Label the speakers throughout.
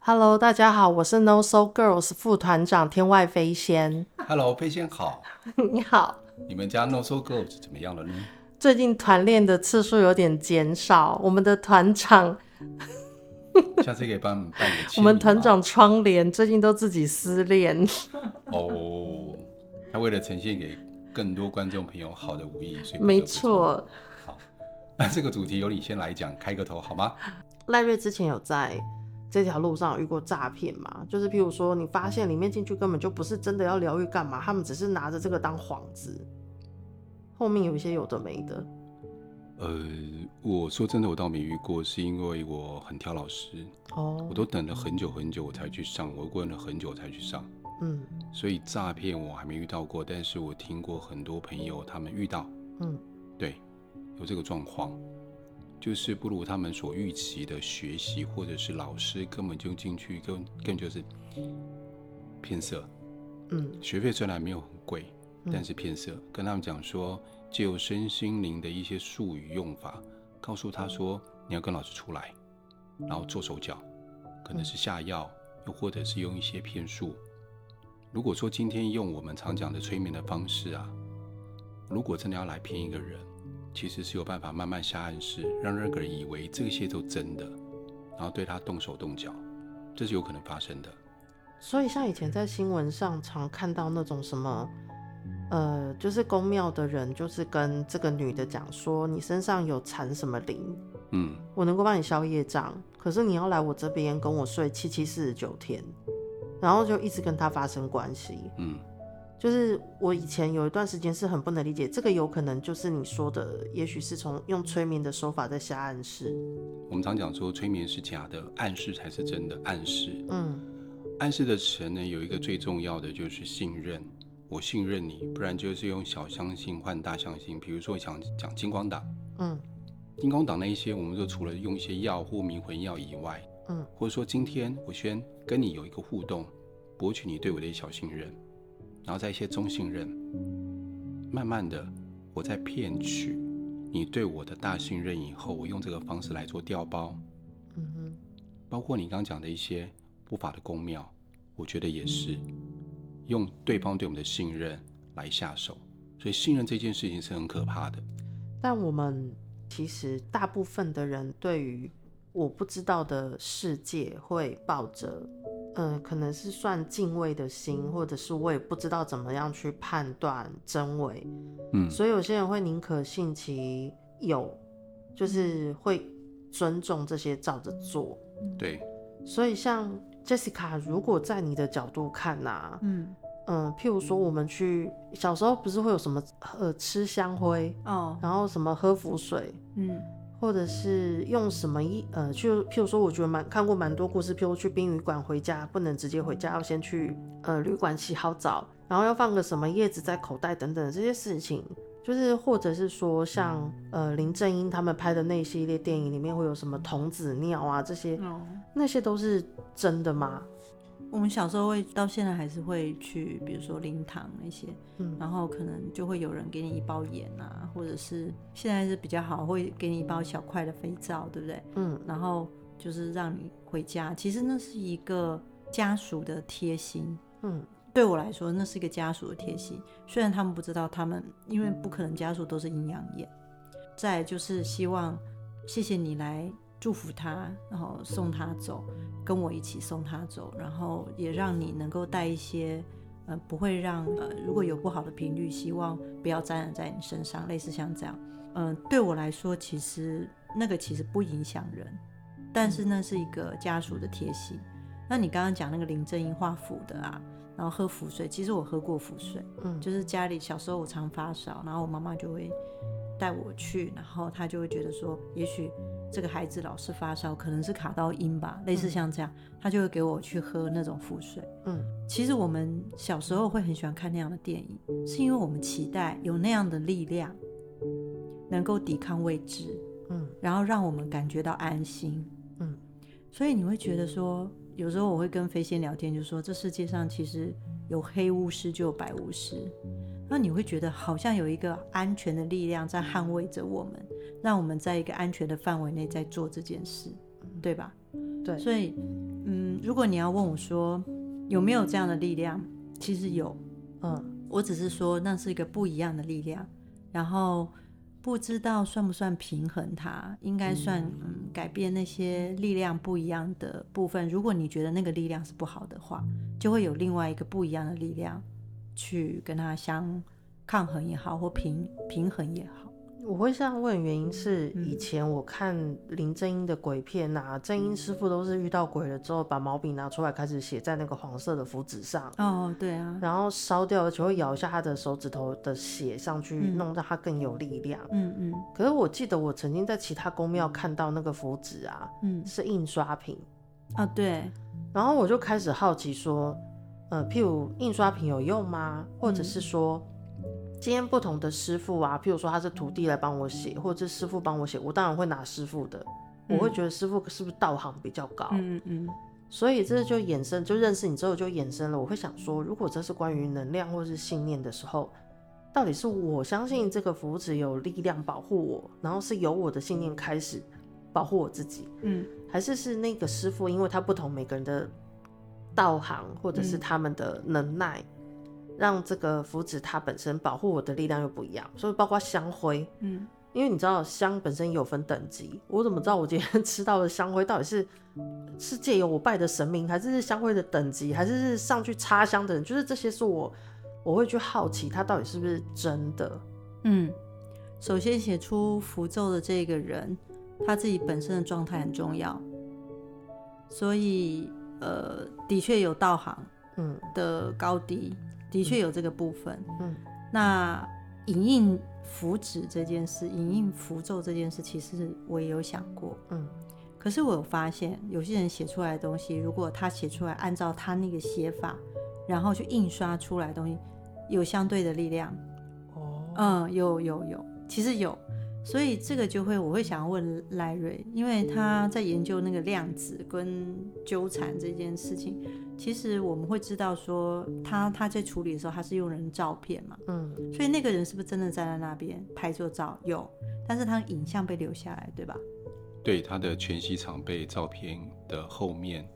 Speaker 1: Hello，大家好，我是 No Soul Girls 副团长天外飞仙。
Speaker 2: Hello，佩仙好，
Speaker 1: 你好，
Speaker 2: 你们家 No So Girls 怎么样了呢？
Speaker 1: 最近团练的次数有点减少，我们的团长，
Speaker 2: 下次可以帮你们办个签名吗
Speaker 1: 我们团长窗帘最近都自己撕裂，
Speaker 2: 哦，他为了呈现给更多观众朋友好的武艺，所以不得不
Speaker 1: 没错。
Speaker 2: 做。好，那这个主题由你先来讲，开个头好吗？
Speaker 1: 赖瑞之前有在这条路上有遇过诈骗嘛？就是譬如说，你发现里面进去根本就不是真的要疗愈干嘛，他们只是拿着这个当幌子，后面有一些有的没的。
Speaker 2: 呃，我说真的，我倒没遇过，是因为我很挑老师，
Speaker 1: 哦
Speaker 2: 我，都等了很久很久我才去上，我问了很久才去上，
Speaker 1: 嗯
Speaker 2: 所以诈骗我还没遇到过，但是我听过很多朋友他们遇到，
Speaker 1: 嗯，
Speaker 2: 对，有这个状况，就是不如他们所预期的学习，或者是老师根本就进去根根本就是骗色。
Speaker 1: 嗯
Speaker 2: 学费虽然没有很贵，
Speaker 1: 嗯
Speaker 2: 但是骗色。跟他们讲说，借由身心灵的一些术语用法，告诉他说你要跟老师出来，然后做手脚，可能是下药，又或者是用一些骗术。如果说今天用我们常讲的催眠的方式啊，如果真的要来骗一个人，其实是有办法慢慢下暗示，让那个人以为这些都真的，然后对他动手动脚，这是有可能发生的。
Speaker 1: 所以像以前在新闻上常看到那种什么，呃，就是宫庙的人，就是跟这个女的讲说，你身上有缠什么灵，
Speaker 2: 嗯，
Speaker 1: 我能够帮你消业障，可是你要来我这边跟我睡七七四十九天，然后就一直跟他发生关系。
Speaker 2: 嗯，
Speaker 1: 就是我以前有一段时间是很不能理解，这个有可能就是你说的，也许是从用催眠的手法在下暗示。
Speaker 2: 我们常讲说催眠是假的，暗示才是真的。暗示，
Speaker 1: 嗯
Speaker 2: 暗示的成呢，有一个最重要的就是信任。我信任你，不然就是用小相信换大相信。比如说想讲金光党，
Speaker 1: 嗯
Speaker 2: 金光党那一些，我们就除了用一些药或迷魂药以外，
Speaker 1: 嗯
Speaker 2: 或者说今天我先跟你有一个互动，博取你对我的一小信任，然后再一些中信任，慢慢的我在骗取你对我的大信任以后，我用这个方式来做调包，
Speaker 1: 嗯哼
Speaker 2: 包括你刚刚讲的一些不法的公庙，我觉得也是用对方对我们的信任来下手，所以信任这件事情是很可怕的。
Speaker 1: 但我们其实大部分的人对于我不知道的世界会抱着，嗯、可能是算敬畏的心，或者是我也不知道怎么样去判断真伪，
Speaker 2: 嗯
Speaker 1: 所以有些人会宁可信其有，就是会尊重这些照着做。
Speaker 2: 对，
Speaker 1: 所以像 Jessica，如果在你的角度看呐、
Speaker 3: 嗯，
Speaker 1: 嗯、譬如说我们去小时候不是会有什么呃吃香灰，
Speaker 3: 哦，
Speaker 1: 然后什么喝符水，
Speaker 3: 嗯
Speaker 1: 或者是用什么一呃，就譬如说，我觉得蛮看过蛮多故事，譬如去殡仪馆回家不能直接回家，要先去呃旅馆洗好澡，然后要放个什么叶子在口袋等等这些事情，就是或者是说像呃林正英他们拍的那一系列电影里面会有什么童子尿啊这些，
Speaker 3: 哦，
Speaker 1: 那些都是真的吗？
Speaker 3: 我们小时候会到现在还是会去，比如说灵堂那些，
Speaker 1: 嗯
Speaker 3: 然后可能就会有人给你一包盐啊，或者是现在是比较好，会给你一包小块的肥皂，对不对？
Speaker 1: 嗯
Speaker 3: 然后就是让你回家，其实那是一个家属的贴心。
Speaker 1: 嗯
Speaker 3: 对我来说，那是一个家属的贴心。虽然他们不知道，他们因为不可能家属都是阴阳眼。再来就是希望，谢谢你来祝福他，然后送他走，跟我一起送他走，然后也让你能够带一些，呃，不会让呃如果有不好的频率，希望不要沾染在你身上，类似像这样。嗯、对我来说，其实那个其实不影响人，但是那是一个家属的贴心。那你刚刚讲那个林正英画符的啊，然后喝符水，其实我喝过符水，
Speaker 1: 嗯，
Speaker 3: 就是家里小时候我常发烧，然后我妈妈就会带我去，然后她就会觉得说，也许这个孩子老是发烧，可能是卡到阴吧，类似像这样，她就会给我去喝那种符水。
Speaker 1: 嗯
Speaker 3: 其实我们小时候会很喜欢看那样的电影，是因为我们期待有那样的力量，能够抵抗未知，
Speaker 1: 嗯
Speaker 3: 然后让我们感觉到安心。
Speaker 1: 嗯，
Speaker 3: 所以你会觉得说，有时候我会跟飞仙聊天，就说这世界上其实有黑巫师就有白巫师，那你会觉得好像有一个安全的力量在捍卫着我们，让我们在一个安全的范围内在做这件事，对吧？
Speaker 1: 对
Speaker 3: 所以，嗯，如果你要问我说有没有这样的力量，其实有，
Speaker 1: 嗯
Speaker 3: 我只是说那是一个不一样的力量，然后不知道算不算平衡它，应该算嗯改变那些力量不一样的部分。如果你觉得那个力量是不好的话，就会有另外一个不一样的力量去跟它相抗衡也好，或平平衡也好。
Speaker 1: 我会这样问，原因是
Speaker 3: 嗯
Speaker 1: 以前我看林正英的鬼片呐、啊，正英师
Speaker 3: 嗯
Speaker 1: 傅都是遇到鬼了之后，把毛笔拿出来开始写在那个黄色的符纸上，
Speaker 3: 哦，对啊，
Speaker 1: 然后烧掉，而且会咬一下他的手指头的血上去，
Speaker 3: 嗯
Speaker 1: 弄让它更有力量。
Speaker 3: 嗯嗯
Speaker 1: 可是我记得我曾经在其他宫庙看到那个符纸啊，
Speaker 3: 嗯，
Speaker 1: 是印刷品，
Speaker 3: 哦对，
Speaker 1: 然后我就开始好奇说，呃，譬如印刷品有用吗？或者
Speaker 3: 嗯
Speaker 1: 是说，今天不同的师傅啊，譬如说他是徒弟来帮我写，或者是师傅帮我写，我当然会拿师傅的，我会
Speaker 3: 嗯
Speaker 1: 觉得师傅是不是道行比较高？
Speaker 3: 嗯嗯
Speaker 1: 所以这就衍生，就认识你之后就衍生了。我会想说，如果这是关于能量或是信念的时候，到底是我相信这个符纸有力量保护我，然后是由我的信念开始保护我自己，
Speaker 3: 嗯
Speaker 1: 还是是那个师傅，因为他不同每个人的道行或者是
Speaker 3: 嗯
Speaker 1: 他们的能耐，让这个符纸它本身保护我的力量又不一样。所以包括香灰，
Speaker 3: 嗯
Speaker 1: 因为你知道香本身有分等级，我怎么知道我今天 吃到的香灰到底是是借由我拜的神明，还是是香灰的等级，还是是上去插香的人？就是这些是我我会去好奇它到底是不是真的。
Speaker 3: 嗯，首先写出符咒的这个人，他自己本身的状态很重要，所以呃，的确有道行
Speaker 1: 嗯
Speaker 3: 的高低，的确有这个部分。
Speaker 1: 嗯
Speaker 3: 那影印符纸这件事，影印符咒这件事，其实我也有想过，
Speaker 1: 嗯
Speaker 3: 可是我有发现，有些人写出来的东西，如果他写出来按照他那个写法，然后去印刷出来的东西，有相对的力量。
Speaker 1: 哦
Speaker 3: 嗯，有有有，其实有，所以这个就会我会想要问赖瑞，因为他
Speaker 1: 嗯
Speaker 3: 在研究那个量子跟纠缠这件事情。其实我们会知道说，他他在处理的时候，他是用人照片嘛，
Speaker 1: 嗯
Speaker 3: 所以那个人是不是真的站在那边拍过照？有，但是他的影像被留下来，对吧？
Speaker 2: 对，它的全息场被照片的后面，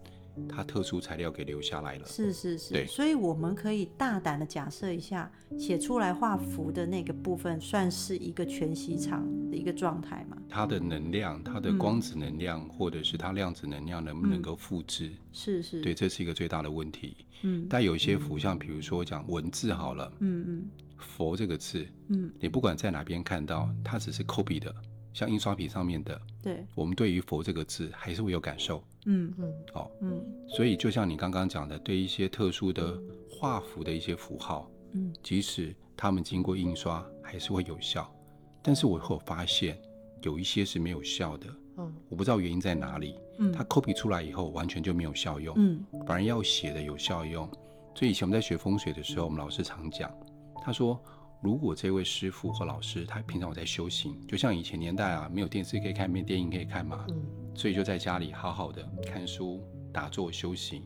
Speaker 2: 它特殊材料给留下来了。
Speaker 3: 是是是，
Speaker 2: 对
Speaker 3: 所以我们可以大胆的假设一下，写出来画符的那个部分，算是一个全息场的一个状态嘛？
Speaker 2: 它的能量，它的
Speaker 3: 嗯
Speaker 2: 光子能量，或者是它量子能量能不能
Speaker 3: 嗯
Speaker 2: 够复制？
Speaker 3: 是是，
Speaker 2: 对，，这是一个最大的问题。
Speaker 3: 嗯
Speaker 2: 但有些符像，比如说讲文字好了，
Speaker 3: 嗯嗯
Speaker 2: 佛这个字，
Speaker 3: 嗯，
Speaker 2: 你不管在哪边看到，它只是 copy 的，像印刷品上面的，
Speaker 3: 对，
Speaker 2: 我们对于佛这个字还是会有感受。
Speaker 3: 嗯
Speaker 1: 嗯
Speaker 2: 哦，
Speaker 3: 嗯
Speaker 2: 所以就像你刚刚讲的，对一些特殊的画符的一些符号，
Speaker 3: 嗯
Speaker 2: 即使它们经过印刷，还是会有效。但是我会有发现，有一些是没有效的，
Speaker 1: 嗯
Speaker 2: 我不知道原因在哪里。
Speaker 3: 嗯，
Speaker 2: 它 copy 出来以后，完全就没有效用，
Speaker 3: 嗯
Speaker 2: 反而要写的有效用。所以以前我们在学风水的时候，我们老师常讲，他说，如果这位师傅或老师他平常有在修行，就像以前年代啊，没有电视可以看，没有电影可以看嘛，
Speaker 1: 嗯
Speaker 2: 所以就在家里好好的看书、打坐、修行。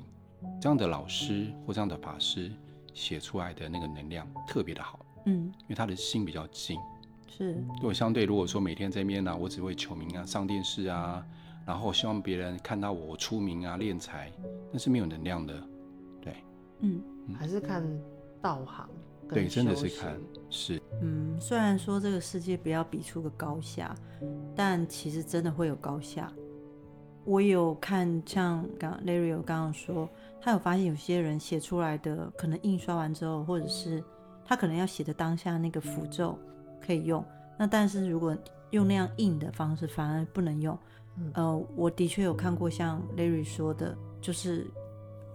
Speaker 2: 这样的老师或这样的法师写出来的那个能量特别的好，
Speaker 3: 嗯
Speaker 2: 因为他的心比较静。
Speaker 3: 是
Speaker 2: 如果相对如果说每天在面呢、我只会求名啊、上电视啊，然后希望别人看到我我出名啊、敛财，那是没有能量的。对
Speaker 3: 嗯
Speaker 1: 嗯，还是看道行跟
Speaker 2: 对，真的
Speaker 1: 修
Speaker 2: 是
Speaker 1: 行
Speaker 2: 看是
Speaker 3: 嗯，虽然说这个世界不要比出个高下，但其实真的会有高下。我有看像刚 Larry 有刚刚说，他有发现有些人写出来的，可能印刷完之后，或者是他可能要写的当下那个符咒可以用，那但是如果用那样印的方式，反而不能用
Speaker 1: 嗯。
Speaker 3: 呃，我的确有看过像 Larry 说的，就是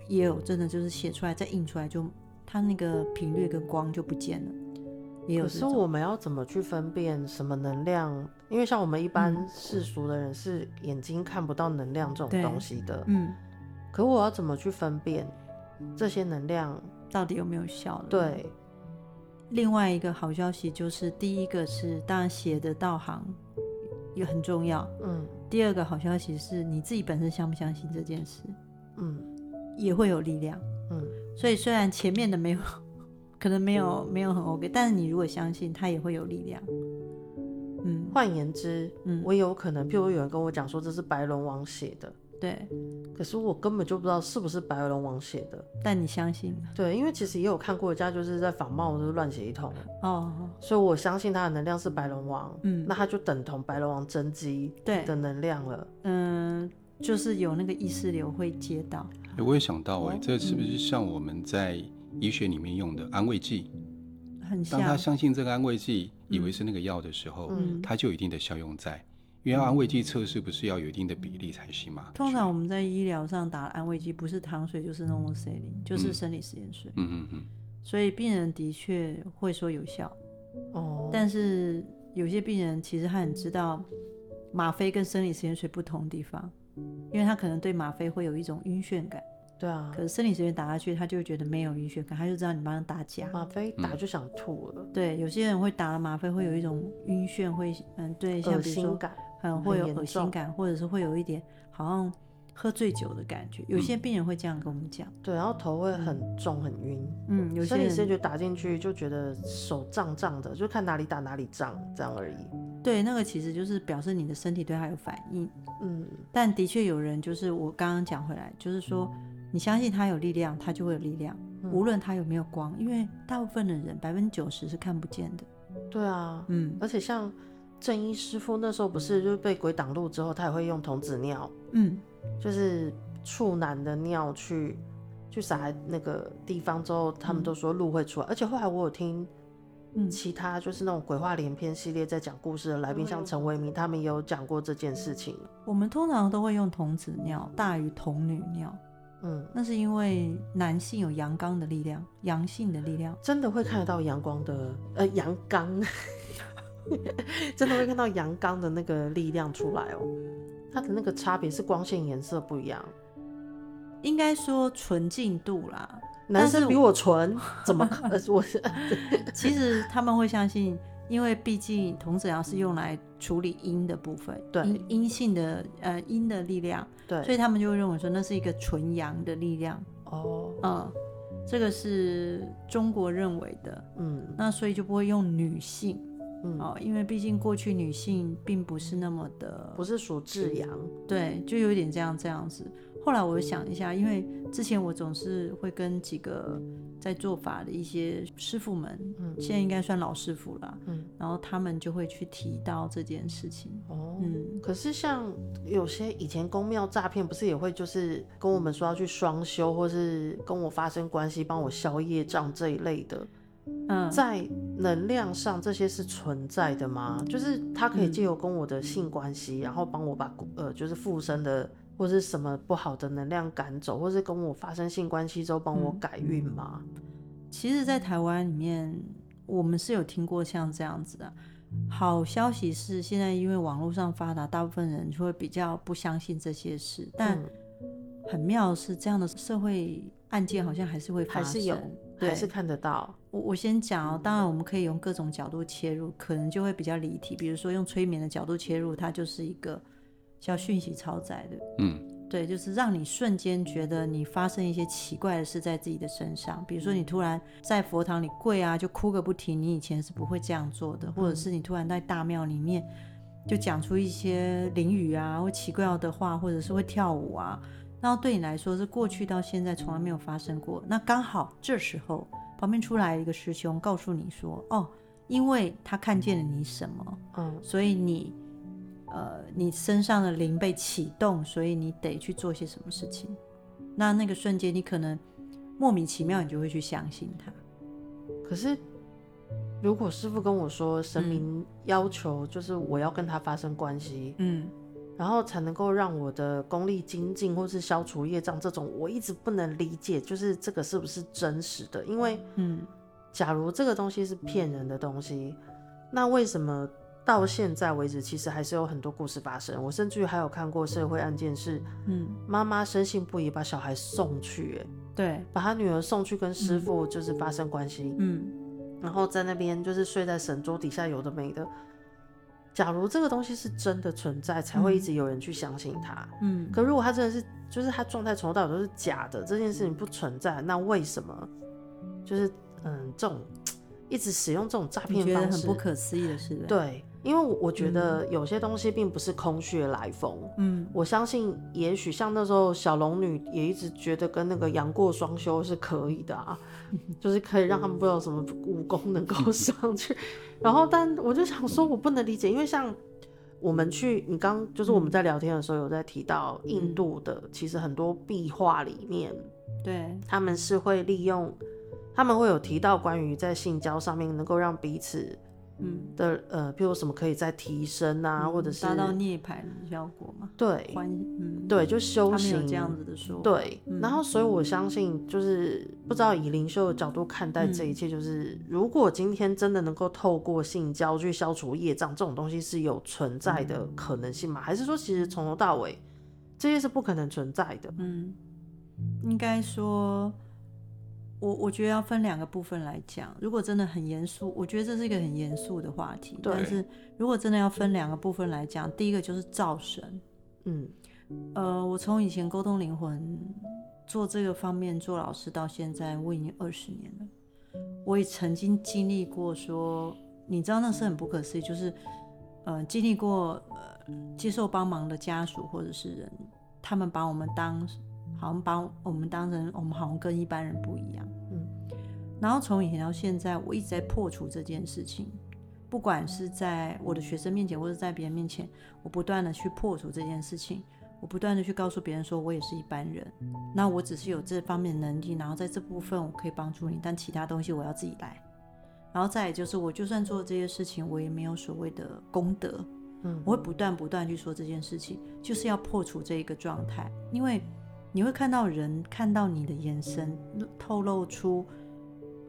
Speaker 3: 也有真的就是写出来再印出来就，它那个频率跟光就不见了，也有
Speaker 1: 可
Speaker 3: 这
Speaker 1: 是
Speaker 3: 种。
Speaker 1: 我们要怎么去分辨什么能量？因为像我们一般
Speaker 3: 嗯
Speaker 1: 世俗的人是眼睛看不到能量这种
Speaker 3: 对
Speaker 1: 东西的。
Speaker 3: 嗯，
Speaker 1: 可我要怎么去分辨这些能量？
Speaker 3: 到底有没有效了？，
Speaker 1: 对，
Speaker 3: 另外一个好消息就是，第一个是当然写的道行也很重要，
Speaker 1: 嗯
Speaker 3: 第二个好消息是你自己本身相不相信这件事
Speaker 1: 嗯
Speaker 3: 也会有力量。
Speaker 1: 嗯
Speaker 3: 所以虽然前面的没有，可能没有没有很 OK，但是你如果相信，它也会有力量。嗯，
Speaker 1: 换言之，
Speaker 3: 嗯
Speaker 1: 我有可能，譬如有人跟我讲说这是白龙王写的，
Speaker 3: 对，
Speaker 1: 可是我根本就不知道是不是白龙王写的。
Speaker 3: 但你相信
Speaker 1: 对，因为其实也有看过人家就是在仿冒，就是乱写一通，
Speaker 3: 哦，
Speaker 1: 所以我相信他的能量是白龙王，
Speaker 3: 嗯
Speaker 1: 那他就等同白龙王真机
Speaker 3: 对
Speaker 1: 的能量了。
Speaker 3: 嗯、就是有那个意识流会接到，
Speaker 2: 诶我也想到、哎，这是不是像我们在医学里面用的安慰剂？
Speaker 3: 很
Speaker 2: 当他
Speaker 3: 像，
Speaker 2: 相信这个安慰剂，以为
Speaker 3: 嗯
Speaker 2: 是那个药的时候，
Speaker 1: 嗯
Speaker 2: 它就有一定的效用在。因为安慰剂测试不是要有一定的比例才行嘛？
Speaker 3: 通常我们在医疗上打安慰剂，不是糖水就是那种 C 林，就是生理食盐水，
Speaker 2: 嗯嗯嗯，
Speaker 3: 所以病人的确会说有效，
Speaker 1: 哦，
Speaker 3: 但是有些病人其实他很知道吗啡跟生理食盐水不同的地方，因为他可能对吗啡会有一种晕眩感，
Speaker 1: 对啊
Speaker 3: 可，是生理食盐打下去，他就会觉得没有晕眩感，他就知道你帮他打假。
Speaker 1: 吗啡打就想吐了，
Speaker 3: 对，有些人会打了吗啡会有一种晕眩，会嗯对，像
Speaker 1: 恶
Speaker 3: 比如说
Speaker 1: 心感，
Speaker 3: 嗯
Speaker 1: 很
Speaker 3: 会有
Speaker 1: 严
Speaker 3: 恶心
Speaker 1: 重
Speaker 3: 感，或者是会有一点好像喝醉酒的感
Speaker 1: 嗯
Speaker 3: 觉。有些病人会这样跟我们讲，
Speaker 1: 对，然后头会很重很晕。
Speaker 3: 嗯，有些
Speaker 1: 生理时
Speaker 3: 人
Speaker 1: 觉打进去就觉得手胀胀的，就看哪里打哪里胀这样而已。
Speaker 3: 对那个其实就是表示你的身体对它有反应，
Speaker 1: 嗯，
Speaker 3: 但的确有人就是我刚刚讲回来，就是说你相信它有力量，它就会有力量，无论它有没有光，因为大部分的人百分之九十是看不见的，
Speaker 1: 对啊，
Speaker 3: 嗯
Speaker 1: 而且像正一师傅那时候不是就是被鬼挡路之后，他也会用童子尿，
Speaker 3: 嗯
Speaker 1: 就是处男的尿去去撒在那个地方之后，他
Speaker 3: 嗯
Speaker 1: 们都说路会出来。而且后来我有听
Speaker 3: 嗯，
Speaker 1: 其他就是那种鬼话连篇系列在讲故事的来宾，
Speaker 3: 都会
Speaker 1: 像
Speaker 3: 有
Speaker 1: 陈维明，他们也有讲过这件事情。
Speaker 3: 我们通常都会用童子尿大于童女尿，
Speaker 1: 嗯，
Speaker 3: 那是因为男性有阳刚的力量，阳性的力量。
Speaker 1: 真的会看得到阳光的，呃，阳刚， 真的会看到阳刚的那个力量出来哦。它的那个差别是光线颜色不一样，
Speaker 3: 应该说纯净度啦。
Speaker 1: 男
Speaker 3: 但是
Speaker 1: 生比
Speaker 3: 我
Speaker 1: 我纯，怎么 可？呃我是
Speaker 3: 其实他们会相信，因为毕竟童子阳是用来处理阴的部分，
Speaker 1: 对
Speaker 3: 阴阴性的呃阴的力量，所
Speaker 1: 对
Speaker 3: 以他们就会认为说那是一个纯阳的力量。
Speaker 1: 哦，
Speaker 3: 嗯，这个是中国认为的，
Speaker 1: 嗯
Speaker 3: 那所以就不会用女性
Speaker 1: 嗯，
Speaker 3: 哦，因为毕竟过去女性并不是那么的
Speaker 1: 不是属至阳，
Speaker 3: 对，就有点这样这样子。后来我想一下，因为之前我总是会跟几个在做法的一些师傅们，
Speaker 1: 嗯
Speaker 3: 现在应该算老师傅了，
Speaker 1: 嗯
Speaker 3: 然后他们就会去提到这件事情。
Speaker 1: 哦。
Speaker 3: 嗯，
Speaker 1: 可是像有些以前公庙诈骗，不是也会就是跟我们说要去双修，或是跟我发生关系，帮我消业障这一类的。
Speaker 3: 嗯，
Speaker 1: 在能量上，这些是存在的吗？就是他
Speaker 3: 嗯
Speaker 1: 可以借由跟我的性关系，然后帮我把呃，就是附身的或是什么不好的能量赶走，或是跟我发生性关系之后帮我
Speaker 3: 嗯
Speaker 1: 改运吗？
Speaker 3: 其实，在台湾里面，我们是有听过像这样子的。好消息是，现在因为网络上发达，大部分人就会比较不相信这些事。但
Speaker 1: 嗯
Speaker 3: 很妙的是，这样的社会案件好像还是会发
Speaker 1: 还
Speaker 3: 生，
Speaker 1: 是有，
Speaker 3: 对
Speaker 1: 还是看得到？
Speaker 3: 我我先讲哦，当然我们可以用各种角度切入，可能就会比较离题。比如说用催眠的角度切入，它就是一个叫讯息超载的，
Speaker 2: 嗯，
Speaker 3: 对，就是让你瞬间觉得你发生一些奇怪的事在自己的身上，比如说你突然在佛堂里跪啊，就哭个不停，你以前是不会这样做的，或者是你突然在大庙里面就讲出一些淋雨啊或奇怪的话，或者是会跳舞啊，那对你来说是过去到现在从来没有发生过。那刚好这时候旁边出来一个师兄告诉你说：“哦，因为他看见了你什么，
Speaker 1: 嗯
Speaker 3: 所以你呃你身上的灵被启动，所以你得去做些什么事情。”那那个瞬间，你可能莫名其妙，你就会去相信他。
Speaker 1: 可是如果师傅跟我说神明要求就是我要跟他发生关系，
Speaker 3: 嗯，
Speaker 1: 然后才能够让我的功力精进，或是消除业障，这种我一直不能理解，就是这个是不是真实的？因为
Speaker 3: 嗯，
Speaker 1: 假如这个东西是骗人的东西，那为什么到现在为止，其实还是有很多故事发生？我甚至于还有看过社会案件是，
Speaker 3: 嗯，
Speaker 1: 妈妈深信不疑把小孩送去、欸，
Speaker 3: 对，
Speaker 1: 把她女儿送去跟师傅就是发生关系，
Speaker 3: 嗯，
Speaker 1: 然后在那边就是睡在神桌底下，有的没的。假如这个东西是真的存在，才会一直有人去相信它。
Speaker 3: 嗯，
Speaker 1: 可如果他真的是，就是他状态从头到尾都是假的，这件事情不存在，那为什么？就是嗯，这种一直使用这种诈
Speaker 3: 你
Speaker 1: 骗
Speaker 3: 觉得很
Speaker 1: 方
Speaker 3: 嗯
Speaker 1: 式，
Speaker 3: 不可思议的是，对不对
Speaker 1: 对，因为我我觉得有些东西并不是空穴来风。
Speaker 3: 嗯，
Speaker 1: 我相信，也许像那时候小龙女也一直觉得跟那个杨过双修是可以 的啊，就是可以让他们不知道什么武功能够上去。然后，但我就想说，我不能理解，因为像我们去，你刚就是我们
Speaker 3: 嗯
Speaker 1: 在聊天的时候有在提到印度的，其实很多壁画里面，
Speaker 3: 对，
Speaker 1: 他们是会利用，他们会有提到关于在性交上面能够让彼此
Speaker 3: 嗯，
Speaker 1: 的呃，譬如什么可以再提升啊，或者是
Speaker 3: 达到涅槃的效果嘛，
Speaker 1: 对
Speaker 3: 欢，嗯，
Speaker 1: 对，就
Speaker 3: 他
Speaker 1: 修
Speaker 3: 们
Speaker 1: 行
Speaker 3: 有这样子的说法，
Speaker 1: 对，
Speaker 3: 嗯
Speaker 1: 然后所以我相信，就是不知道以灵修的角度看待
Speaker 3: 嗯
Speaker 1: 这一切，就是、如果今天真的能够透过性交去消除业障，这种东西是有存在的
Speaker 3: 嗯
Speaker 1: 可能性吗？还是说其实从头到尾这些是不可能存在的？
Speaker 3: 嗯，应该说，我我觉得要分两个部分来讲。如果真的很严肃，我觉得这是一个很严肃的话题。
Speaker 1: 对
Speaker 3: 但是如果真的要分两个部分来讲，第一个就是造神。
Speaker 1: 嗯
Speaker 3: 呃，我从以前沟通灵魂做这个方面做老师到现在，我已经二十年了。我也曾经经历过说，你知道那是很不可思议，就是呃，经历过呃接受帮忙的家属或者是人，他们把我们当好像把我们当成我们好像跟一般人不一样。
Speaker 1: 嗯，
Speaker 3: 然后从以前到现在，我一直在破除这件事情，不管是在我的学生面前，或者在别人面前，我不断的去破除这件事情。我不断的去告诉别人说，我也是一般人，那我只是有这方面的能力，然后在这部分我可以帮助你，但其他东西我要自己来。然后再来就是，我就算做这些事情，我也没有所谓的功德，
Speaker 1: 嗯
Speaker 3: 我会不断不断地去说这件事情，就是要破除这一个状态，因为你会看到人看到你的眼神透露出，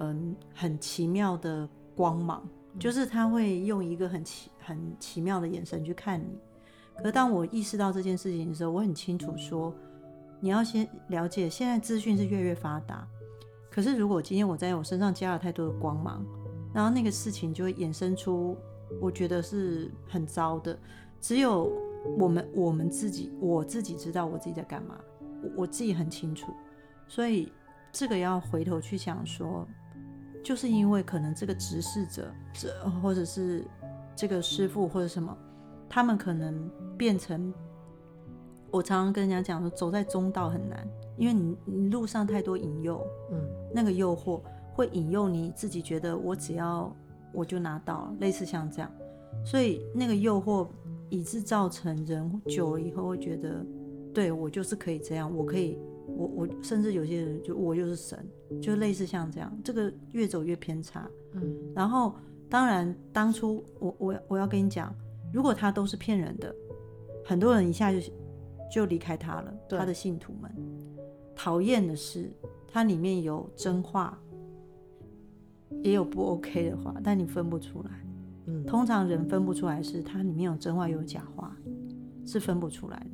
Speaker 3: 嗯，很奇妙的光芒，就是他会用一个很奇很奇妙的眼神去看你。可是当我意识到这件事情的时候，我很清楚说，你要先了解，现在资讯是越来越发达，可是如果今天我在我身上加了太多的光芒，然后那个事情就会衍生出我觉得是很糟的。只有我们我们自己，我自己知道我自己在干嘛，我我自己很清楚，所以这个要回头去想说，就是因为可能这个执事者，这或者是这个师傅或者什么，他们可能变成，我常常跟人家讲说，走在中道很难，因为你你路上太多引诱，
Speaker 1: 嗯
Speaker 3: 那个诱惑会引诱你自己觉得我只要我就拿到了，类似像这样，所以那个诱惑以致造成人久了以后会觉得，对我就是可以这样，我可以，我我甚至有些人就我就是神，就类似像这样，这个越走越偏差。
Speaker 1: 嗯
Speaker 3: 然后，当然，当初我我我要跟你讲，如果他都是骗人的，很多人一下就就离开他了，
Speaker 1: 对
Speaker 3: 他的信徒们。讨厌的是，它里面有真话，也有不 OK 的话，但你分不出来。
Speaker 1: 嗯，
Speaker 3: 通常人分不出来是它里面有真话有假话，是分不出来的。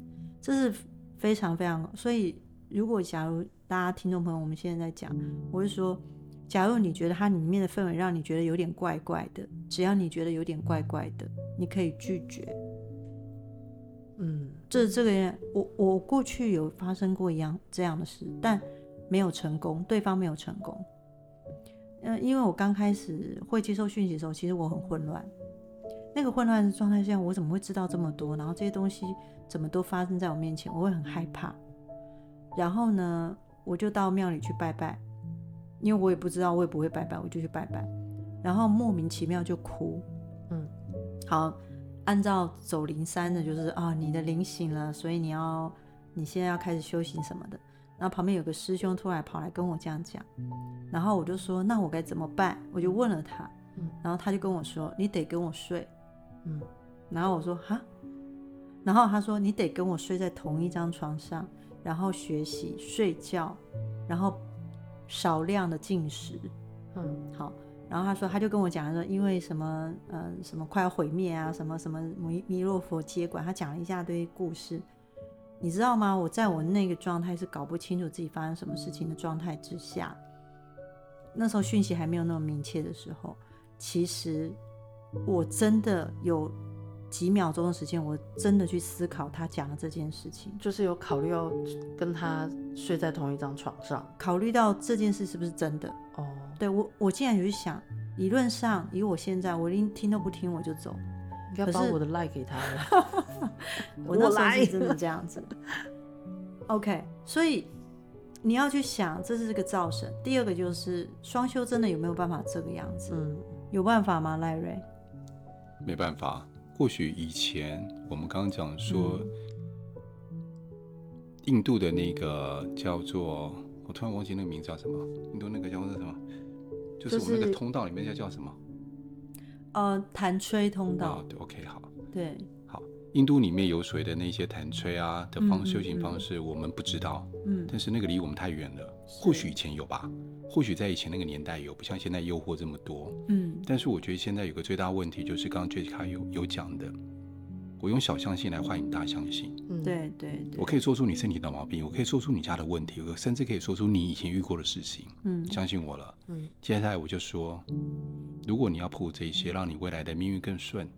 Speaker 3: 这是非常非常，所以如果假如大家听众朋友，我们现在在讲，我是说，假如你觉得它里面的氛围让你觉得有点怪怪的，只要你觉得有点怪怪的，你可以拒绝。
Speaker 1: 嗯
Speaker 3: 这这个人，我我过去有发生过一样这样的事，但没有成功，对方没有成功。嗯、因为我刚开始会接受讯息的时候，其实我很混乱。那个混乱的状态下，我怎么会知道这么多？然后这些东西怎么都发生在我面前，我会很害怕。然后呢，我就到庙里去拜拜，因为我也不知道，我也不会拜拜，我就去拜拜。然后莫名其妙就哭，
Speaker 1: 嗯，
Speaker 3: 好，按照走灵山的，就是啊、你的灵醒了，所以你要你现在要开始修行什么的。然后旁边有个师兄突然跑来跟我这样讲，然后我就说那我该怎么办？我就问了他
Speaker 1: 嗯，
Speaker 3: 然后他就跟我说你得跟我睡，
Speaker 1: 嗯，
Speaker 3: 然后我说哈，然后他说你得跟我睡在同一张床上，然后学习睡觉，然后少量的进食，
Speaker 1: 嗯
Speaker 3: 好，然后他说，他就跟我讲说，因为什么，呃，什么快要毁灭啊，什么什么弥弥洛佛接管，他讲了一大堆故事，你知道吗？我在我那个状态是搞不清楚自己发生什么事情的状态之下，那时候讯息还没有那么明确的时候，其实我真的有几秒钟的时间，我真的去思考他讲的这件事情。
Speaker 1: 就是有考虑要跟他睡在同一张床上
Speaker 3: 考虑到这件事是不是真的，
Speaker 1: 哦，
Speaker 3: 对我，我竟然有去想，理论上以我现在，我连听都不听我就走。
Speaker 1: 不要
Speaker 3: 可
Speaker 1: 把
Speaker 3: 是
Speaker 1: 我的赖给他了。
Speaker 3: 我那时候
Speaker 1: 来
Speaker 3: 是真的这样子。OK，所以你要去想，这是个造神。第二个就是双修真的有没有办法这个样子？
Speaker 1: 嗯，
Speaker 3: 有办法吗，赖瑞？
Speaker 2: 没办法，或许以前我们刚刚讲说，
Speaker 3: 嗯
Speaker 2: 印度的那个叫做，我突然忘记那个名字叫什么，印度那个叫做什么，就是我们那个
Speaker 1: 就是
Speaker 2: 通道里面叫叫什么？
Speaker 3: 呃，弹吹通
Speaker 2: 啊
Speaker 3: 道，，
Speaker 2: 对，OK，好。
Speaker 3: 对，
Speaker 2: 好，印度里面有水的那些弹吹啊的
Speaker 3: 嗯
Speaker 2: 方
Speaker 3: 嗯
Speaker 2: 修行
Speaker 3: 嗯
Speaker 2: 方式，我们不知道，
Speaker 3: 嗯，
Speaker 2: 但是那个离我们太远了。或许以前有吧，或许在以前那个年代有，不像现在诱惑这么多。
Speaker 3: 嗯，
Speaker 2: 但是我觉得现在有个最大问题，就是刚刚 Jessica 有有讲的，我用小相信来唤你大相信，
Speaker 1: 嗯，
Speaker 3: 对对
Speaker 2: 我
Speaker 3: 对，
Speaker 2: 可以说出你身体的毛病，我可以说出你家的问题，我甚至可以说出你以前遇过的事情。
Speaker 3: 嗯
Speaker 2: 相信我了。
Speaker 1: 嗯，
Speaker 2: 接下来我就说，如果你要铺这一些，让你未来的命运更顺，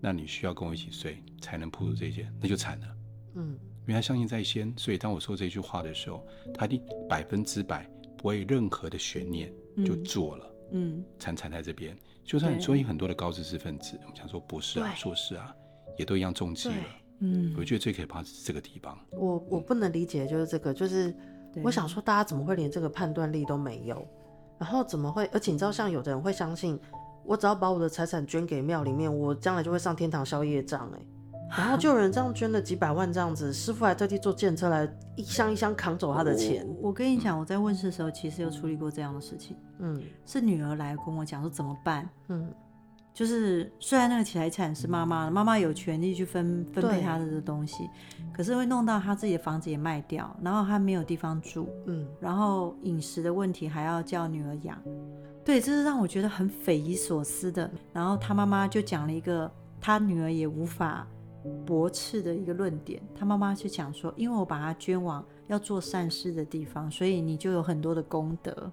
Speaker 2: 那你需要跟我一起睡才能铺这些，那就惨了。
Speaker 1: 嗯
Speaker 2: 因为他相信在先，所以当我说这句话的时候，他一定百分之百不会有任何的悬念就
Speaker 3: 嗯
Speaker 2: 做了，
Speaker 3: 嗯，
Speaker 2: 惨惨在这边。就算你
Speaker 3: 对
Speaker 2: 所以很多的高知识分子，我们想说博士啊、
Speaker 1: 对
Speaker 2: 硕士啊，也都一样中计
Speaker 1: 对
Speaker 2: 了。
Speaker 3: 嗯
Speaker 2: 我，觉得最可怕是这个地方，
Speaker 1: 我我不能理解就是这个，就是
Speaker 3: 对
Speaker 1: 我想说大家怎么会连这个判断力都没有，然后怎么会？而且你知道，像有的人会相信，我只要把我的财产捐给庙里面，我将来就会上天堂消业障哎、然后就有人这样捐了几百万这样子，师傅还特地坐电车来一箱一箱扛走他的钱。
Speaker 3: 我跟
Speaker 2: 嗯
Speaker 3: 你讲，我在问世的时候，其实有处理过这样的事情，
Speaker 1: 嗯
Speaker 3: 是女儿来跟我讲说怎么办。
Speaker 1: 嗯，
Speaker 3: 就是虽然那个财产是妈妈的，妈妈有权利去分分配
Speaker 1: 对
Speaker 3: 她的东西，可是会弄到她自己的房子也卖掉，然后她没有地方住，
Speaker 1: 嗯，
Speaker 3: 然后饮食的问题还要叫女儿养，对，这是让我觉得很匪夷所思的。然后她妈妈就讲了一个她女儿也无法驳斥的一个论点，她妈妈就讲说，因为我把她捐往要做善事的地方，所以你就有很多的功德，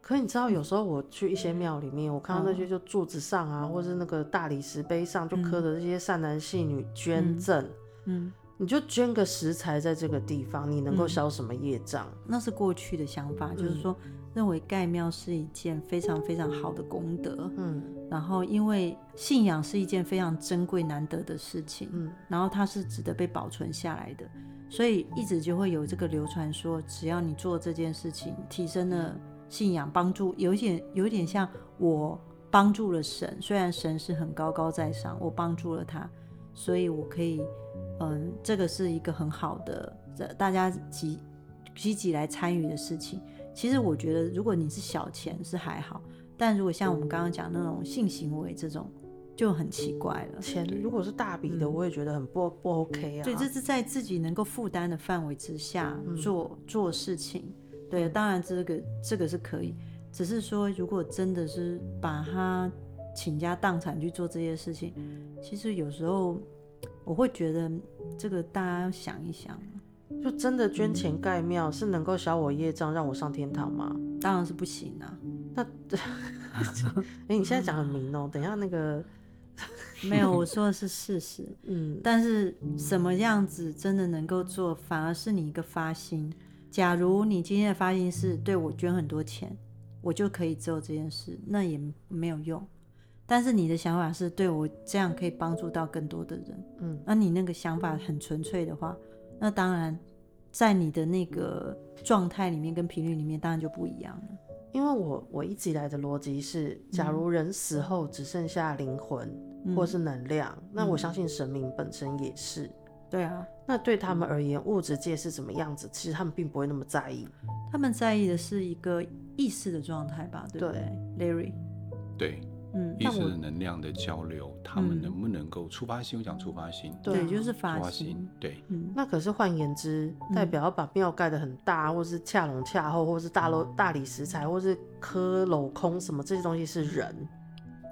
Speaker 1: 可你知道，有时候我去一些庙里面，我看到那些
Speaker 3: 嗯
Speaker 1: 就柱子上啊，或是那个大理石碑上就
Speaker 3: 嗯
Speaker 1: 刻的这些善男信女捐
Speaker 3: 嗯
Speaker 1: 赠，
Speaker 3: 嗯，
Speaker 1: 你就捐个食材在这个地方，你能够
Speaker 3: 嗯
Speaker 1: 消什么业障？
Speaker 3: 那是过去的想法，就是说认为盖庙是一件非常非常好的功德，
Speaker 1: 嗯
Speaker 3: 然后因为信仰是一件非常珍贵难得的事情，
Speaker 1: 嗯
Speaker 3: 然后它是值得被保存下来的，所以一直就会有这个流传说，只要你做这件事情，提升了信仰，帮助有一点有一点像我帮助了神，虽然神是很高高在上，我帮助了他，所以我可以，嗯，这个是一个很好的，这大家积积极来参与的事情。其实我觉得，如果你是小钱是还好，但如果像我们刚刚讲那种性行为这种，就很奇怪了。
Speaker 1: 钱如果是大笔的，
Speaker 3: 嗯
Speaker 1: 我也觉得很不不 OK 啊。
Speaker 3: 对，这是在自己能够负担的范围之下
Speaker 1: 嗯
Speaker 3: 做、做事情。对，当然这个这个是可以，只是说如果真的是把他倾家荡产去做这些事情，其实有时候我会觉得这个大家要想一想，
Speaker 1: 就真的捐钱
Speaker 3: 嗯
Speaker 1: 盖庙是能够消我业障，让我上天堂吗？
Speaker 3: 当然是不行啊，
Speaker 1: 那，哎、你现在讲很明
Speaker 3: 啊
Speaker 1: 哦、等一下 那个，
Speaker 3: 没有，我说的是事实。
Speaker 1: 嗯，
Speaker 3: 但是什么样子真的能够做，反而是你一个发心。假如你今天的发心是对我捐很多钱，我就可以做这件事，那也没有用。但是你的想法是对我这样可以帮助到更多的人，
Speaker 1: 嗯，
Speaker 3: 那你那个想法很纯粹的话，那当然在你的那个状态里面跟频率里面，当然就不一样了。
Speaker 1: 因为我我一直以来的逻辑是，假如人死后只剩下灵魂
Speaker 3: 嗯
Speaker 1: 或是能量，那我相信神明本身也是。
Speaker 3: 对啊，
Speaker 1: 那对他们而言，物质界是怎么样子，其实他们并不会那么在意。
Speaker 3: 他们在意的是一个意识的状态吧，对不对 l a r r y
Speaker 2: 对
Speaker 3: 嗯，
Speaker 2: 意
Speaker 1: 那
Speaker 2: 识
Speaker 1: 我
Speaker 2: 的能量的交流，他们
Speaker 3: 嗯
Speaker 2: 能不能够触发心？我讲触发心，
Speaker 1: 对啊
Speaker 3: 就是
Speaker 2: 触
Speaker 3: 发
Speaker 2: 发心，对，
Speaker 3: 嗯，
Speaker 1: 那可是换言之，代表要把庙盖得很大，或是恰拢恰厚，或是大楼大理石材，或是刻镂空什么这些东西是人，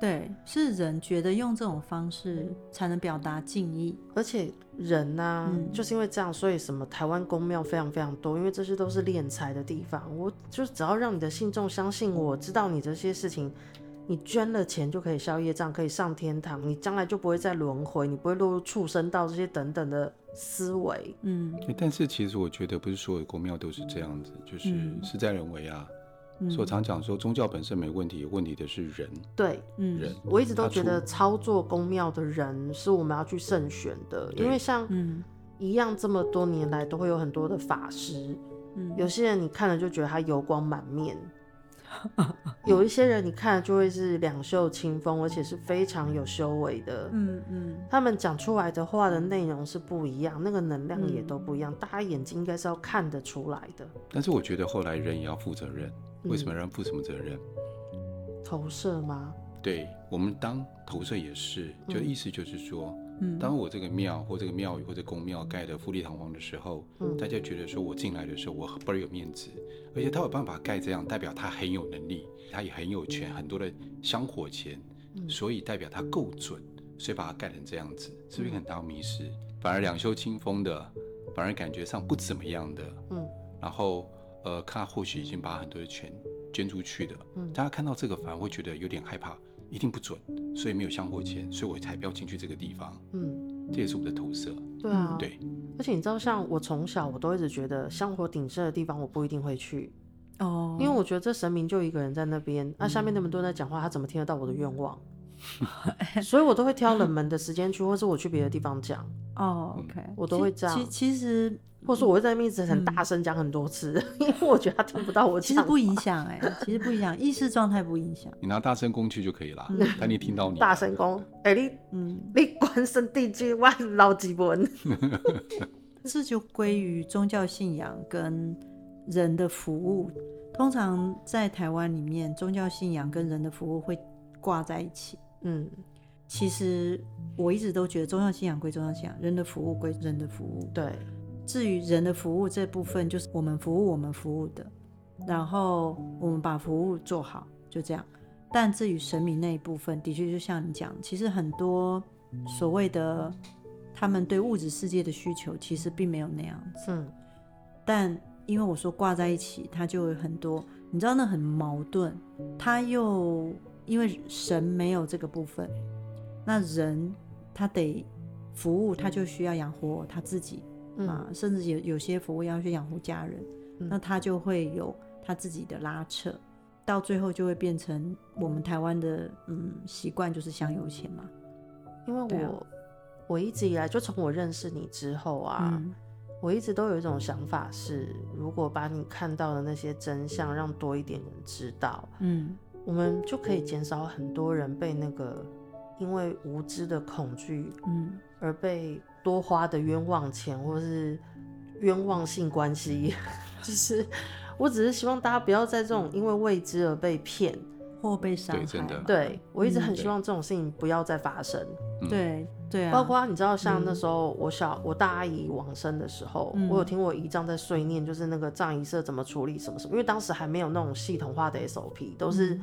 Speaker 3: 对，是人觉得用这种方式才能表达敬意。
Speaker 1: 而且人呐、
Speaker 3: 嗯
Speaker 1: 就是因为这样，所以什么台湾公庙非常非常多，因为这些都是敛财的地方。我就只要让你的信众相信我，知道你这些事情，你捐了钱就可以消业障，可以上天堂，你将来就不会再轮回，你不会落入畜生道这些等等的思维。
Speaker 3: 嗯
Speaker 2: 欸但是其实我觉得不是所有公庙都是这样子，就是
Speaker 3: 嗯
Speaker 2: 事在人为啊。
Speaker 3: 嗯
Speaker 2: 所以我常讲说，宗教本身没问题，有问题的是人。
Speaker 1: 对
Speaker 3: 嗯
Speaker 2: 人
Speaker 1: 我一直都
Speaker 2: 他
Speaker 1: 觉
Speaker 2: 出
Speaker 1: 得操作公庙的人是我们要去慎选的，因
Speaker 2: 对
Speaker 1: 为像
Speaker 3: 嗯
Speaker 1: 一样这么多年来都会有很多的法师，
Speaker 3: 嗯，
Speaker 1: 有些人你看了就觉得他油光满面， 有一些人你看了就会是两袖清风，而且是非常有修为的。
Speaker 3: 嗯嗯
Speaker 1: 他们讲出来的话的内容是不一样，那个能量也
Speaker 3: 嗯
Speaker 1: 都不一样，大家眼睛应该是要看得出来的。
Speaker 2: 但是我觉得后来人也要负责任，为什么人负什么责任？
Speaker 1: 投射吗？
Speaker 2: 对我们当投射也是，就
Speaker 1: 嗯
Speaker 2: 意思就是说，
Speaker 3: 嗯，
Speaker 2: 当我这个庙或这个庙宇或者公庙盖得富丽堂皇的时候，
Speaker 1: 嗯
Speaker 2: 大家觉得说我进来的时候我很倍儿有面子，而且他有办法盖这样，代表他很有能力，他也很有权，很多的香火钱，
Speaker 1: 嗯
Speaker 2: 所以代表他够准，所以把它盖成这样子，是不是很大的迷失？反而两袖清风的，反而感觉上不怎么样的，
Speaker 1: 嗯
Speaker 2: 然后呃，他或许已经把很多的钱捐出去的，
Speaker 1: 嗯
Speaker 2: 大家看到这个反而会觉得有点害怕，一定不准，所以没有香火钱，所以我才不要进去这个地方。
Speaker 1: 嗯，
Speaker 2: 这也是我们的投射。
Speaker 1: 对啊，
Speaker 3: 嗯
Speaker 2: 对，
Speaker 1: 而且你知道，像我从小我都一直觉得香火鼎盛的地方我不一定会去，
Speaker 3: 哦，
Speaker 1: 因为我觉得这神明就一个人在那边，那、下面那么多人在
Speaker 3: 嗯
Speaker 1: 讲话，他怎么听得到我的愿 望？所以我都会挑冷门的时间去，或是我去别的地方讲，
Speaker 3: 哦，OK，
Speaker 2: 嗯
Speaker 1: 我都
Speaker 3: 其
Speaker 1: 会这样
Speaker 3: 其其实
Speaker 1: 或是我会在那边一直很大声讲很多次， 因为我觉得他听不到我
Speaker 3: 嗯其实
Speaker 1: 讲话。
Speaker 3: 不影响哎，其实不影响，意识状态不影响。
Speaker 2: 你拿大声公去就可以啦，但你听到
Speaker 3: 啊
Speaker 2: 你啊
Speaker 1: 大声公，哎、你
Speaker 3: 嗯，
Speaker 1: 你关圣帝君，我老 几文。
Speaker 3: 这就归于宗教信仰跟人的服务。通常在台湾里面，宗教信仰跟人的服务会挂在一起。
Speaker 1: 嗯，
Speaker 3: 其实我一直都觉得宗教信仰归宗教信仰，人的服务归人的服务。
Speaker 1: 对，
Speaker 3: 至于人的服务这部分，就是我们服务我们服务的，然后我们把服务做好，就这样。但至于神明那一部分，的确就像你讲，其实很多所谓的他们对物质世界的需求，其实并没有那样子。
Speaker 1: 嗯
Speaker 3: 但因为我说挂在一起，它就有很多，你知道那很矛盾。它又因为神没有这个部分，那人他得服务，他就需要养活他自己，
Speaker 1: 嗯
Speaker 3: 啊，甚至有有些服务要去养活家人，
Speaker 1: 嗯
Speaker 3: 那他就会有他自己的拉扯，到最后就会变成我们台湾的嗯习惯就是香油钱嘛，
Speaker 1: 因为
Speaker 3: 对啊
Speaker 1: 我、我一直以来就从我认识你之后啊，
Speaker 3: 嗯
Speaker 1: 我一直都有一种想法是，如果把你看到的那些真相让多一点人知道，
Speaker 3: 嗯
Speaker 1: 我们就可以减少很多人被那个因为无知的恐惧
Speaker 3: 嗯
Speaker 1: 而被多花的冤枉钱或是冤枉性关系。 就是我只是希望大家不要在这种因为未知而被骗。
Speaker 3: 或被伤害
Speaker 2: 对真
Speaker 3: 嘛，
Speaker 2: 的
Speaker 1: 对我一
Speaker 3: 嗯
Speaker 1: 直很希
Speaker 2: 对
Speaker 1: 望这种事情不要再发生。
Speaker 2: 嗯
Speaker 3: 对对啊，
Speaker 1: 包括你知道，像那
Speaker 3: 嗯
Speaker 1: 时候我小我大阿姨往生的时候，
Speaker 3: 嗯
Speaker 1: 我有听我姨丈在碎念，就是那个葬仪社怎么处理什么什么，因为当时还没有那种系统化的 SOP，都是
Speaker 3: 嗯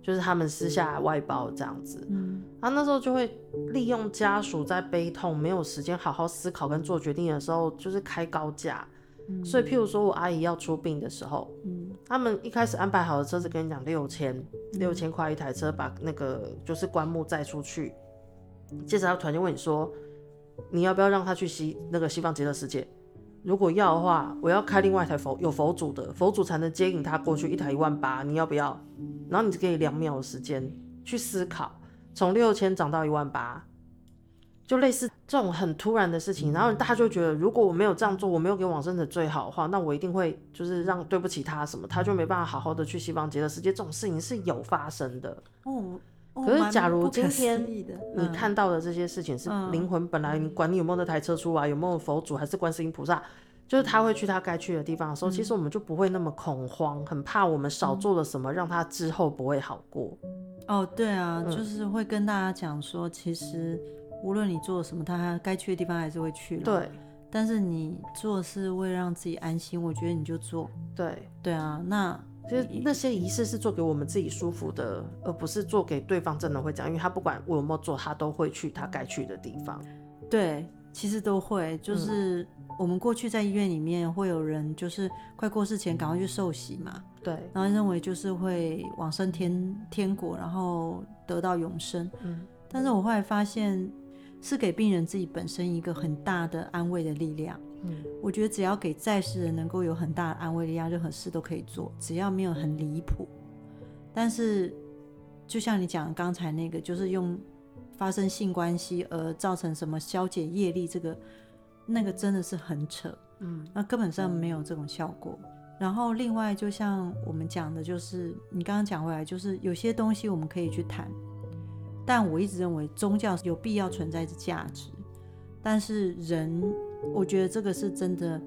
Speaker 1: 就是他们私下外包这样子。
Speaker 3: 嗯
Speaker 1: 他那时候就会利用家属在悲痛、没有时间好好思考跟做决定的时候，就是开高价。
Speaker 3: 嗯
Speaker 1: 所以，譬如说我阿姨要出殡的时候，
Speaker 3: 嗯
Speaker 1: 他们一开始安排好的车子跟你讲六千，六千块一台车，把那个就是棺木载出去。接着他突然就问你说，你要不要让他去西那个西方极乐世界？如果要的话，我要开另外一台佛有佛祖的，佛祖才能接引他过去，一台一万八，你要不要？然后你只给你两秒的时间去思考，从六千涨到一万八，就类似这种很突然的事情，然后大家就会觉得，如果我没有这样做，我没有给往生者最好的话，那我一定会就是让对不起他什么，他就没办法好好的去西方极乐世界。这种事情是有发生的，
Speaker 3: 哦，哦
Speaker 1: 可是
Speaker 3: 蛮
Speaker 1: 假如
Speaker 3: 不可
Speaker 1: 今天
Speaker 3: 思议的
Speaker 1: 你
Speaker 3: 嗯
Speaker 1: 看到的这些事情是
Speaker 3: 嗯
Speaker 1: 灵魂本来，你管你有没有那台车出来，有没有佛祖还是观世音菩萨，就是他会去他该去的地方的时候，其
Speaker 3: 嗯
Speaker 1: 实我们就不会那么恐慌，很怕我们少做了什么，让他之后不会好过。
Speaker 3: 哦，对啊，
Speaker 1: 嗯
Speaker 3: 就是会跟大家讲说，其实无论你做什么，他该去的地方还是会去了。，
Speaker 1: 对
Speaker 3: 但是你做是为了让自己安心，我觉得你就做。
Speaker 1: 对，
Speaker 3: 对啊，那
Speaker 1: 其实那些仪式是做给我们自己舒服的，而不是做给对方真的会讲，因为他不管我有没有做，他都会去他该去的地方。
Speaker 3: 对，其实都会，
Speaker 1: 嗯
Speaker 3: 就是我们过去在医院里面会有人就是快过世前赶快去受洗嘛，
Speaker 1: 对，
Speaker 3: 然后认为就是会往生天天国，然后得到永生。
Speaker 1: 嗯
Speaker 3: 但是我后来发现，是给病人自己本身一个很大的安慰的力量。
Speaker 1: 嗯
Speaker 3: 我觉得只要给在世人能够有很大的安慰力量，任何事都可以做，只要没有很离谱。但是，就像你讲刚才那个，就是用发生性关系而造成什么消解业力，这个那个真的是很扯，
Speaker 1: 嗯
Speaker 3: 那根本上没有这种效果。然后另外，就像我们讲的，就是你刚刚讲回来，就是有些东西我们可以去谈，但我一直认为宗教有必要存在着价值，但是人我觉得这个是真的。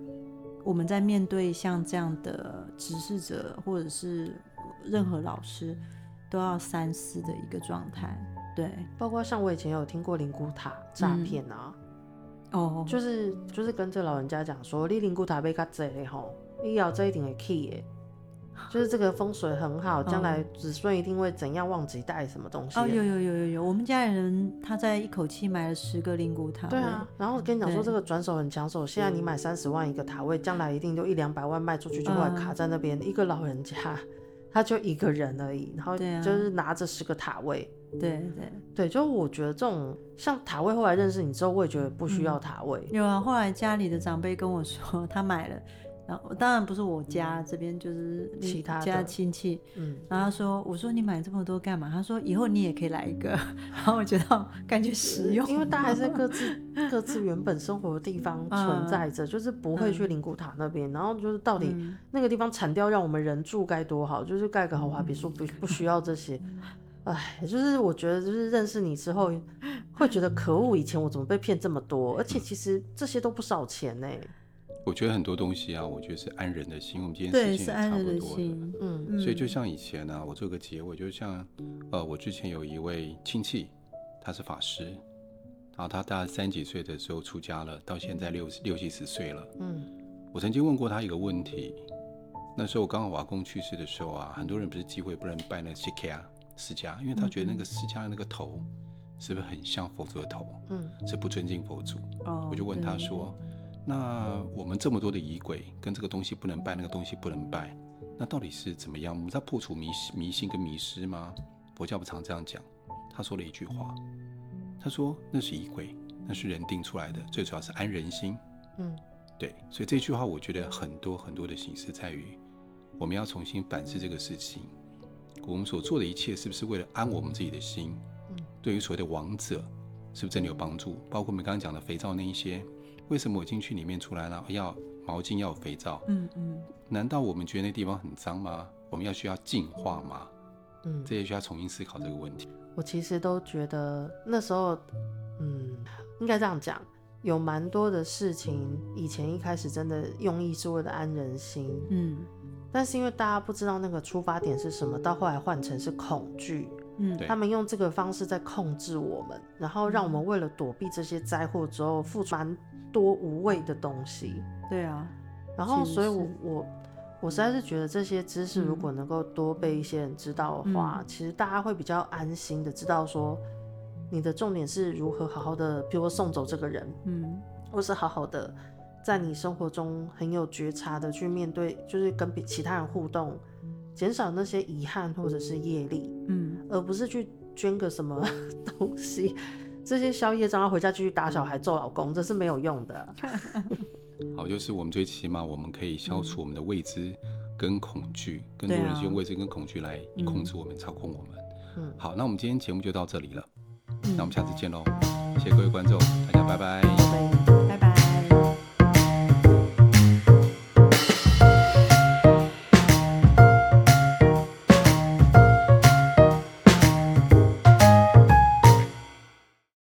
Speaker 3: 我们在面对像这样的指示者，或者是任何老师，都要三思的一个状态。对，
Speaker 1: 包括像我以前有听过灵骨塔诈骗啊，
Speaker 3: 哦就
Speaker 1: 就是就是跟这老人家讲说，你灵骨塔被卡贼嘞吼，你咬这一定会起的， 就是这个风水很好，将来子孙一定会怎样忘记带什么东西的。
Speaker 3: 哦，有有有有有，我们家人他在一口气买了十个灵骨塔。
Speaker 1: 对啊，，然后跟你讲说
Speaker 3: 对
Speaker 1: 这个转手很抢手，现在你买三十万一个塔位，将来一定就一两百万卖出去，就会
Speaker 3: 嗯
Speaker 1: 卡在那边。一个老人家，他就一个人而已，然后
Speaker 3: 对啊
Speaker 1: 就是拿着十个塔位。
Speaker 3: 对对，
Speaker 1: 对，就我觉得这种像塔位，后来认识你之后，我也觉得不需要塔位。
Speaker 3: 有啊。后来家里的长辈跟我说， 他买了，然后当然不是我家这边，就是另
Speaker 1: 其他的
Speaker 3: 家亲戚，
Speaker 1: 嗯，
Speaker 3: 然后他说：“我说你买这么多干嘛？”他说：“以后你也可以来一个。”然后我觉得 感觉实用，
Speaker 1: 因为大家还是 各自各自原本生活的地方
Speaker 3: 嗯
Speaker 1: 存在着，就是不会去灵骨塔那边。然后就是到底
Speaker 3: 嗯
Speaker 1: 那个地方铲掉，让我们人住该多好，就是盖个豪华
Speaker 3: 嗯
Speaker 1: 别墅，不不需要这些。哎，就是我觉得，就是认识你之后，会觉得可恶，以前我怎么被骗这么多？而且其实这些都不少钱呢、
Speaker 2: 我觉得很多东西啊，我觉得是安人的心。我们今天
Speaker 3: 对
Speaker 2: 事情
Speaker 3: 是
Speaker 2: 也
Speaker 3: 安
Speaker 2: 差
Speaker 3: 人
Speaker 2: 不
Speaker 3: 的
Speaker 2: 多了。
Speaker 3: 心。
Speaker 1: 嗯
Speaker 3: 嗯
Speaker 2: 所以就像以前呢、啊我做个结尾，就像呃，我之前有一位亲戚，他是法师，然后他大概三十几岁的时候出家了，到现在六六七十岁了。
Speaker 1: 嗯
Speaker 2: 我曾经问过他一个问题，那时候刚好我阿公去世的时候啊，很多人不是忌讳不能拜那个释迦释迦，因为他觉得那个
Speaker 3: 嗯
Speaker 2: 释迦的那个头是不是很像佛祖的头，
Speaker 1: 嗯
Speaker 2: 是不尊敬佛祖。
Speaker 3: 哦，
Speaker 2: 我就问他
Speaker 3: 对，
Speaker 2: 说：“那我们这么多的仪轨，跟这个东西不能拜，那个东西不能拜，那到底是怎么样？我们在破除迷失迷信跟迷失吗？佛教不常这样讲。”他说了一句话，他说：“那是仪轨，那是人定出来的，最主要是安人心。
Speaker 1: 嗯，”
Speaker 2: 对，所以这句话我觉得很多很多的形式在于，我们要重新反思这个事情，我们所做的一切是不是为了安我们自己的心？对于所谓的王者，是不是真的有帮助？包括我们刚刚讲的肥皂那一些，为什么我进去里面出来了要毛巾要有肥皂？
Speaker 3: 嗯嗯，
Speaker 2: 难道我们觉得那地方很脏吗？我们要需要净化吗？
Speaker 1: 嗯
Speaker 2: 这也需要重新思考这个问题。
Speaker 1: 我其实都觉得那时候，嗯，应该这样讲，有蛮多的事情，以前一开始真的用意是为了安人心，
Speaker 3: 嗯
Speaker 1: 但是因为大家不知道那个出发点是什么，到后来换成是恐惧，
Speaker 3: 嗯，
Speaker 2: 对
Speaker 1: 他们用这个方式在控制我们，然后让我们为了躲避这些灾祸之后，付出蛮多无谓的东西。
Speaker 3: 对啊，
Speaker 1: 然后，
Speaker 3: 其实
Speaker 1: 所以我
Speaker 3: 是
Speaker 1: 我我实在是觉得这些知识如果能够多被一些人知道的话，
Speaker 3: 嗯
Speaker 1: 其实大家会比较安心的知道说，你的重点是如何好好的，比如说送走这个人，
Speaker 3: 嗯
Speaker 1: 或是好好的在你生活中很有觉察的去面对，就是跟比其他人互动，减少那些遗憾或者是业力，
Speaker 3: 嗯，
Speaker 1: 而不是去捐个什么 东西。这些宵夜，然后回家继续打小孩、揍老公，这是没有用的。
Speaker 2: 好，就是我们最起码我们可以消除我们的未知跟恐惧，更多
Speaker 3: 嗯对啊
Speaker 2: 人是用未知跟恐惧来
Speaker 3: 嗯
Speaker 2: 控制我们、操控我们。
Speaker 1: 嗯
Speaker 2: 好，那我们今天节目就到这里了，
Speaker 3: 嗯
Speaker 2: 那我们下次见喽，谢谢各位观众，大家拜拜
Speaker 1: 对